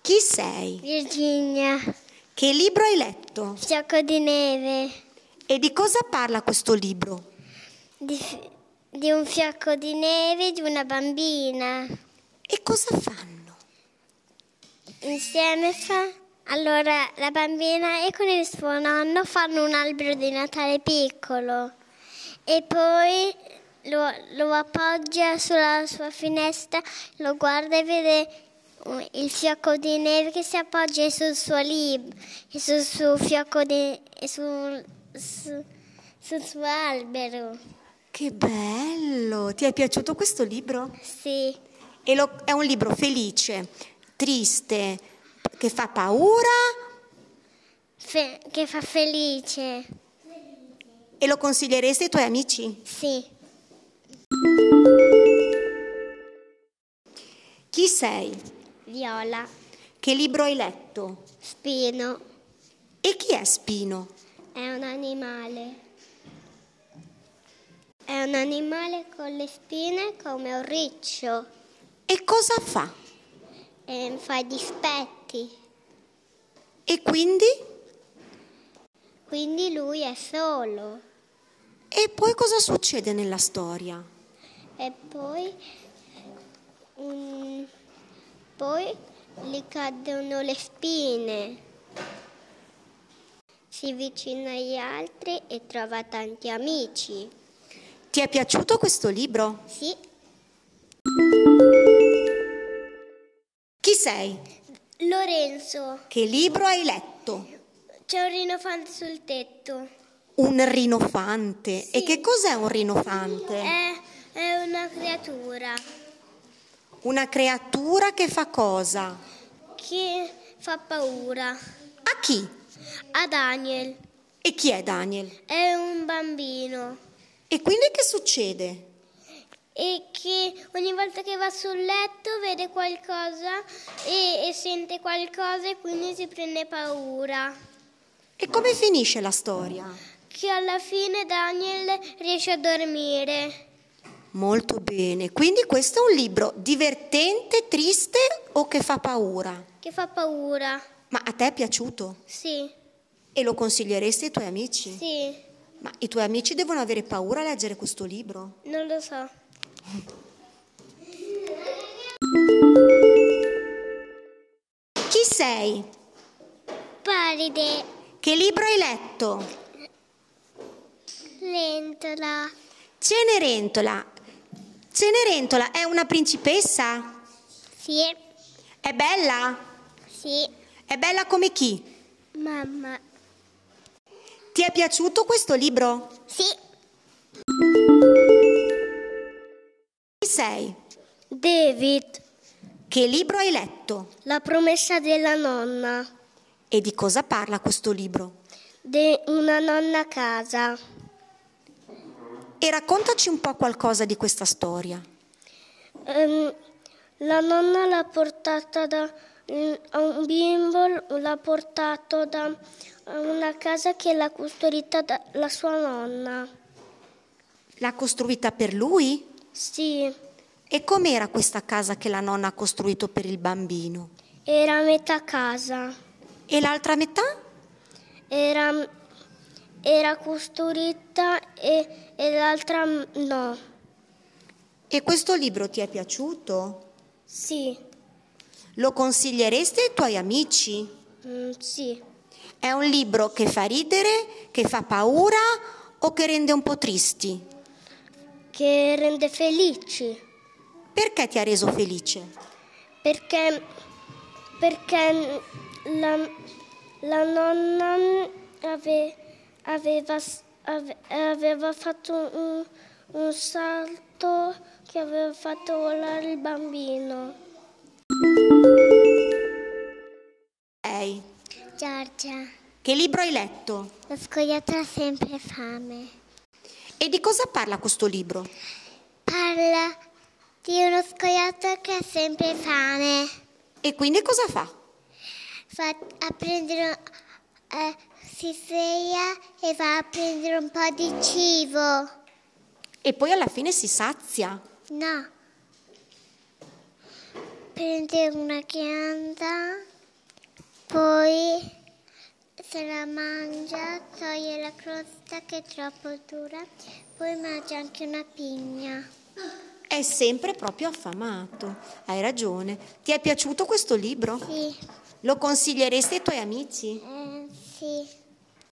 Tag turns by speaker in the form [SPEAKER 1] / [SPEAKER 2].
[SPEAKER 1] Chi sei?
[SPEAKER 2] Virginia,
[SPEAKER 1] Che libro hai letto?
[SPEAKER 2] gioco di neve,
[SPEAKER 1] E di cosa parla questo libro?
[SPEAKER 2] di, fi- di un fiocco di neve di una bambina.
[SPEAKER 1] E cosa fanno?
[SPEAKER 2] Insieme fa... Allora, la bambina e con il suo nonno fanno un albero di Natale piccolo e poi lo, lo appoggia sulla sua finestra, lo guarda e vede um, il fiocco di neve che si appoggia sul suo libro, sul suo fiocco di... e sul- su- sul suo albero.
[SPEAKER 1] Che bello! Ti è piaciuto questo libro?
[SPEAKER 2] Sì,
[SPEAKER 1] E lo- è un libro felice, triste, che fa paura
[SPEAKER 2] fe- che fa felice.
[SPEAKER 1] e lo consiglieresti ai tuoi amici?
[SPEAKER 2] Sì,
[SPEAKER 1] Chi sei?
[SPEAKER 2] viola,
[SPEAKER 1] Che libro hai letto?
[SPEAKER 2] spino.
[SPEAKER 1] E chi è Spino?
[SPEAKER 2] È un animale. È un animale con le spine come un riccio
[SPEAKER 1] E cosa fa?
[SPEAKER 2] e fa i dispetti.
[SPEAKER 1] E quindi?
[SPEAKER 2] Quindi lui è solo.
[SPEAKER 1] E poi cosa succede nella storia?
[SPEAKER 2] E poi, mm, poi gli cadono le spine. Si avvicina agli altri e trova tanti amici.
[SPEAKER 1] Ti è piaciuto questo libro?
[SPEAKER 2] Sì,
[SPEAKER 1] Chi sei?
[SPEAKER 2] Lorenzo,
[SPEAKER 1] Che libro hai letto?
[SPEAKER 2] c'è un rinofante sul tetto.
[SPEAKER 1] Un rinofante. E che cos'è un rinofante?
[SPEAKER 2] È, è una creatura
[SPEAKER 1] Una creatura che fa cosa?
[SPEAKER 2] che fa paura.
[SPEAKER 1] A chi?
[SPEAKER 2] A Daniel
[SPEAKER 1] E chi è Daniel?
[SPEAKER 2] è un bambino
[SPEAKER 1] E quindi che succede?
[SPEAKER 2] e che ogni volta che va sul letto vede qualcosa e, e sente qualcosa e quindi si prende paura.
[SPEAKER 1] E come finisce la storia?
[SPEAKER 2] Che alla fine Daniel riesce a dormire.
[SPEAKER 1] Molto bene, quindi questo è un libro divertente, triste o che fa paura?
[SPEAKER 2] Che fa paura.
[SPEAKER 1] Ma a te è piaciuto?
[SPEAKER 2] Sì,
[SPEAKER 1] E lo consiglieresti ai tuoi amici?
[SPEAKER 2] sì,
[SPEAKER 1] Ma i tuoi amici devono avere paura a leggere questo libro?
[SPEAKER 2] non lo so.
[SPEAKER 1] Chi sei?
[SPEAKER 2] Paride,
[SPEAKER 1] Che libro hai letto?
[SPEAKER 2] lentola.
[SPEAKER 1] Cenerentola. Cenerentola è una principessa?
[SPEAKER 2] Sì,
[SPEAKER 1] È bella?
[SPEAKER 2] sì,
[SPEAKER 1] È bella come chi?
[SPEAKER 2] mamma.
[SPEAKER 1] Ti è piaciuto questo libro?
[SPEAKER 2] Sì.
[SPEAKER 1] Chi sei?
[SPEAKER 2] David,
[SPEAKER 1] Che libro hai letto?
[SPEAKER 2] la promessa della nonna,
[SPEAKER 1] E di cosa parla questo libro?
[SPEAKER 2] de una nonna a casa.
[SPEAKER 1] E raccontaci un po' qualcosa di questa storia.
[SPEAKER 2] Ehm, la nonna l'ha portata da a un bimbo, l'ha portato da a una casa che l'ha custodita da- la sua nonna.
[SPEAKER 1] L'ha costruita per lui?
[SPEAKER 2] Sì,
[SPEAKER 1] E com'era questa casa che la nonna ha costruito per il bambino?
[SPEAKER 2] era a metà casa,
[SPEAKER 1] E l'altra metà?
[SPEAKER 2] era, era custodita e, e l'altra no.
[SPEAKER 1] E questo libro ti è piaciuto?
[SPEAKER 2] Sì,
[SPEAKER 1] Lo consiglieresti ai tuoi amici?
[SPEAKER 2] mm, sì,
[SPEAKER 1] È un libro che fa ridere, che fa paura o che rende un po' tristi?
[SPEAKER 2] che rende felici.
[SPEAKER 1] Perché ti ha reso felice?
[SPEAKER 2] perché, perché la, la nonna ave- aveva, s- ave- aveva fatto un, un salto che aveva fatto volare il bambino.
[SPEAKER 1] Ehi,
[SPEAKER 2] Giorgia,
[SPEAKER 1] che libro hai letto?
[SPEAKER 2] la scoiattolo ha sempre fame.
[SPEAKER 1] E di cosa parla questo libro?
[SPEAKER 2] Parla di uno scoiattolo che ha sempre fame.
[SPEAKER 1] E quindi cosa fa?
[SPEAKER 2] va a prendere, eh, si sveglia e va a prendere un po' di cibo.
[SPEAKER 1] E poi alla fine si sazia.
[SPEAKER 2] No. Prende una pianta Se la mangia, toglie la crosta che è troppo dura, poi mangia anche una pigna.
[SPEAKER 1] È sempre proprio affamato. Hai ragione. Ti è piaciuto questo libro?
[SPEAKER 2] Sì,
[SPEAKER 1] Lo consiglieresti ai tuoi amici?
[SPEAKER 2] eh, sì.